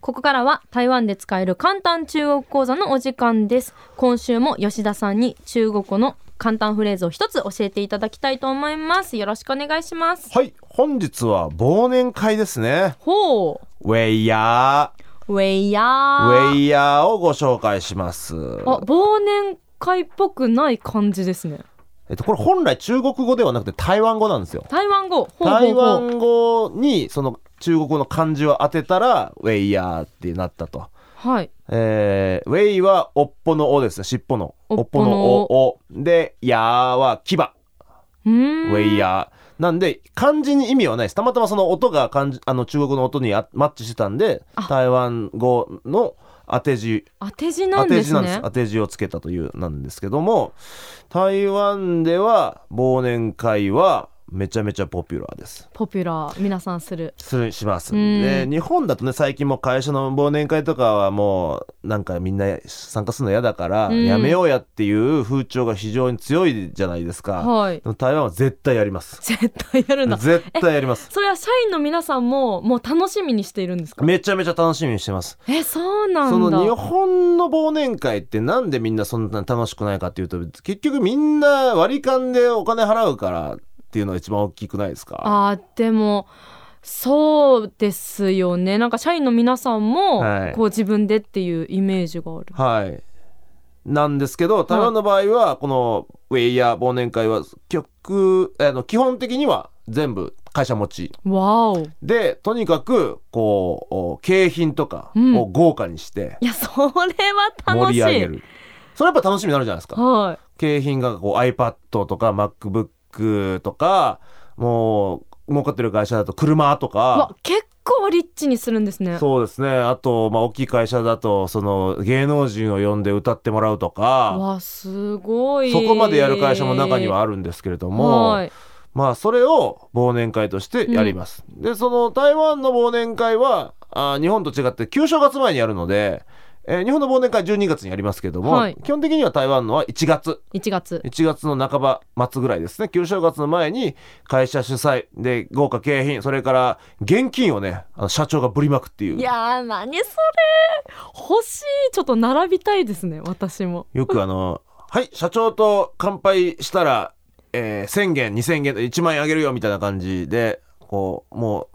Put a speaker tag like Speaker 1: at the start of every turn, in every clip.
Speaker 1: ここからは台湾で使える簡単中国講座のお時間です。今週も吉田さんに中国語の簡単フレーズを一つ教えていただきたいと思います。よろしくお願いします。
Speaker 2: はい、本日は忘年会ですね。
Speaker 1: ほ
Speaker 2: ウェイヤ
Speaker 1: う、ウェイヤ
Speaker 2: ー、
Speaker 1: ー。
Speaker 2: ウェイヤーをご紹介します。
Speaker 1: あ、忘年会っぽくない感じですね。
Speaker 2: えっと、これ本来中国語ではなくて台湾語なんですよ。
Speaker 1: 台湾語。ほうほうほう
Speaker 2: 台湾語にその中国語の漢字を当てたら、ウェイヤーってなったと。
Speaker 1: はい。
Speaker 2: えー、ウェイは尾っぽの尾ですね。尻尾の。
Speaker 1: 尾っぽの尾
Speaker 2: 尾。で、ヤーは牙。
Speaker 1: うー
Speaker 2: ウ
Speaker 1: ん。
Speaker 2: ェイヤー。なんで、漢字に意味はないです。たまたまその音が漢字、あの、中国の音にあマッチしてたんで
Speaker 1: あ、
Speaker 2: 台湾語の当て字、
Speaker 1: 当て字な
Speaker 2: 当
Speaker 1: ん
Speaker 2: て
Speaker 1: で
Speaker 2: 字
Speaker 1: す
Speaker 2: なんです。
Speaker 1: ね。
Speaker 2: 当て字をつけたという、なんですけども、台湾では忘年会はめちゃめちゃポピュラーです。
Speaker 1: ポピュラー、皆さんする。
Speaker 2: するします。
Speaker 1: うん
Speaker 2: で、日本だとね、最近もう会社の忘年会とかはもう、なんかみんな参加するの嫌だから、
Speaker 1: うん
Speaker 2: やめようやっていう風潮が非常に強いじゃないですか。
Speaker 1: はい。
Speaker 2: でも台湾は絶対やります。
Speaker 1: 絶対やるんだ。
Speaker 2: 絶対やります。
Speaker 1: それは社員の皆さんももう楽しみにしているんですか
Speaker 2: めちゃめちゃ楽しみにしてます。
Speaker 1: えそうなんだ
Speaker 2: その日本の忘年会ってなんでみんなそんな楽しくないかっていうと結局みんな割り勘でお金払うからっていうのが一番大きくないですか
Speaker 1: あーでもそうですよねなんか社員の皆さんも、
Speaker 2: はい
Speaker 1: こう自分でっていうイメージがある
Speaker 2: はい。なんですけど台湾の場合はこのウェイヤー忘年会は局あの基本的には全部会社持ち
Speaker 1: わおい
Speaker 2: でとにかくこうお景品とか
Speaker 1: うん
Speaker 2: を豪華にして
Speaker 1: やそれは楽
Speaker 2: 盛
Speaker 1: しい
Speaker 2: り上げる、それやっぱ楽しみになるじゃないですか。
Speaker 1: は
Speaker 2: 景品がこう iPad とか MacBook とかもう儲かってる会社だと車と
Speaker 1: いわ
Speaker 2: か
Speaker 1: 結構リッチにするんですね
Speaker 2: そうですねあと、まあ、大きい会社だとその芸能人を呼んで歌ってもらうとか
Speaker 1: わすごい
Speaker 2: そこまでやる会社も中にはあるんですけれども、
Speaker 1: はい
Speaker 2: まあそれを忘年会としてやります、でその台湾の忘年会はあー日本と違って旧正月前にやるので、えー日本の忘年会12月にやりますけども、
Speaker 1: はい
Speaker 2: 基本的には台湾のは1月
Speaker 1: 1月
Speaker 2: 1月の半ば末ぐらいですね旧正月の前に会社主催で豪華景品それから現金をねあの社長がぶりまくってい
Speaker 1: いうやー何それ欲しいちょっと並びたいですね私も
Speaker 2: よくあの「はい社長と乾杯したら、え1000元2000元1万円あげるよ」みたいな感じでこうもう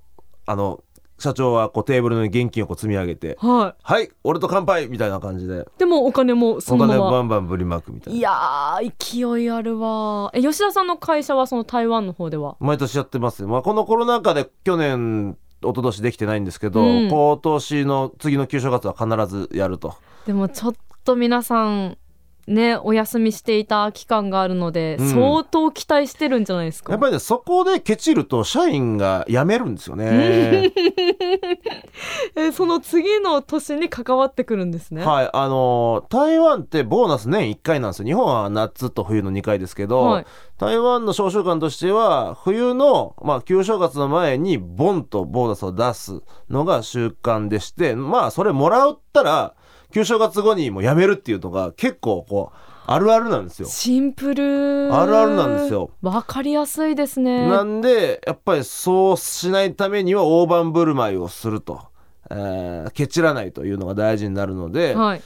Speaker 2: あの社長はこうテーブルの現金をこう積み上げて
Speaker 1: は
Speaker 2: 「はい俺と乾杯」みたいな感じで
Speaker 1: いでもお金もそ
Speaker 2: お
Speaker 1: のま
Speaker 2: 金
Speaker 1: ま
Speaker 2: バンバンぶりまくみたい
Speaker 1: い
Speaker 2: な
Speaker 1: やー勢いあるわえ吉田さんの会社はその台湾の方では
Speaker 2: 毎年やってますね、まあ、このコロナ禍で去年一昨年できてないんですけど、
Speaker 1: うん
Speaker 2: 今年の次の旧正月は必ずやると
Speaker 1: でもちょっと皆さんねお休みしていた期間があるので、
Speaker 2: うん
Speaker 1: 相当期待してるんじゃないですか
Speaker 2: やっぱりねそこでケチると社員が辞めるんですよね
Speaker 1: えその次の年に関わってくるんですね
Speaker 2: はいあのー台湾ってボーナス年1回なんですよ日本は夏と冬の2回ですけど、
Speaker 1: はい
Speaker 2: 台湾の商習慣としては冬の、まあ、旧正月の前にボンとボーナスを出すのが習慣でしてまあそれもらったら旧正月後にもうやめるっていうのが結構こうあるあるなんですよ。
Speaker 1: シンプル
Speaker 2: あるあるなんですよ
Speaker 1: わかりやすいですね
Speaker 2: なんでやっぱりそうしないためには大盤振る舞いをすると。えーケチらないというのが大事になるので、
Speaker 1: はい、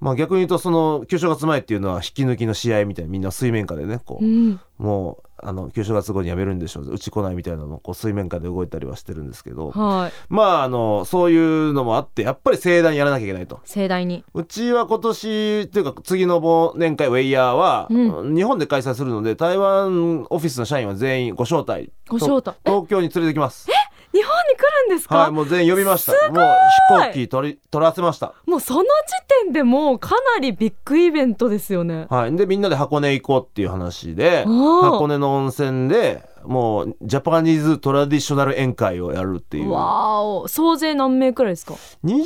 Speaker 2: まあ、逆に言うとその旧正月前っていうのは引き抜きの試合みたいなみんな水面下でねこう
Speaker 1: うん、
Speaker 2: もうあの旧正月後にやめるんでしょううち来ないみたいなのをこう水面下で動いたりはしてるんですけど
Speaker 1: はい
Speaker 2: まああのそういうのもあってやっぱり盛大にやらなきゃいけないと
Speaker 1: 盛大に
Speaker 2: うちは今年というか次の忘年会ウェイヤーは、
Speaker 1: う
Speaker 2: 日本で開催するので台湾オフィスの社員は全員ご招待
Speaker 1: ご招待
Speaker 2: と東京に連れてきます
Speaker 1: 日本に来るんですか、
Speaker 2: はいもう全員呼びました
Speaker 1: す
Speaker 2: もう飛行機取り取らせました
Speaker 1: もうその時点でもうかなりビッグイベントですよね
Speaker 2: はい、でみんなで箱根行こうっていう話で
Speaker 1: おー
Speaker 2: 箱根の温泉でもうジャパニーズトラディショナル宴会をやるっていう
Speaker 1: わーお総勢何名くらいですか
Speaker 2: 20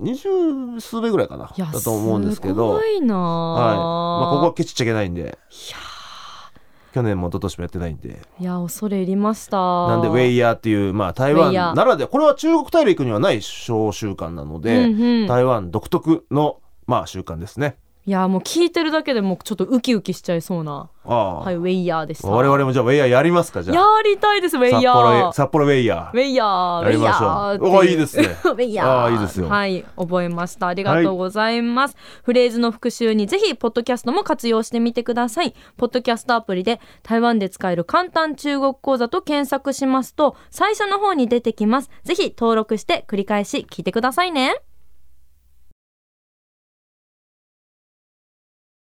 Speaker 2: 20数名ぐらいかなだと思うんですけど
Speaker 1: すごいな
Speaker 2: はいまあ、ここ
Speaker 1: は
Speaker 2: はケチっちゃいけないんで去年も一昨年もやってないんで
Speaker 1: いやー恐れ入りましたな
Speaker 2: なんでウェイヤーっていう、まあ、台
Speaker 1: ウェ
Speaker 2: 湾
Speaker 1: イヤー
Speaker 2: ならではこれは中国大陸にはない小習慣なので、
Speaker 1: うんうん
Speaker 2: 台湾独特の、まあ、習慣ですね。
Speaker 1: いやもう聞いてるだけでもうちょっとウキウキしちゃいそうな、
Speaker 2: ああ、
Speaker 1: はい、ウェイヤーでした。
Speaker 2: 我々もじゃあウェイヤーやりますかじゃ
Speaker 1: や
Speaker 2: あ
Speaker 1: りたいですウェイ
Speaker 2: 札
Speaker 1: ヤ
Speaker 2: 幌へ
Speaker 1: ー。
Speaker 2: 札幌ウェイヤ
Speaker 1: ウェイヤー、ウ
Speaker 2: ーや
Speaker 1: ェ
Speaker 2: り
Speaker 1: イヤ
Speaker 2: ましょ
Speaker 1: ー
Speaker 2: うおいい ですね
Speaker 1: ウェイヤー。
Speaker 2: あーいいですよ
Speaker 1: はい、覚えました。ありがとうございます。フレーズの復習にぜひ、ポッドキャストも活用してみてください。ポッドキャストアプリで、台湾で使える簡単中国講座と検索しますと、最初の方に出てきます。ぜひ、登録して繰り返し聞いてくださいね。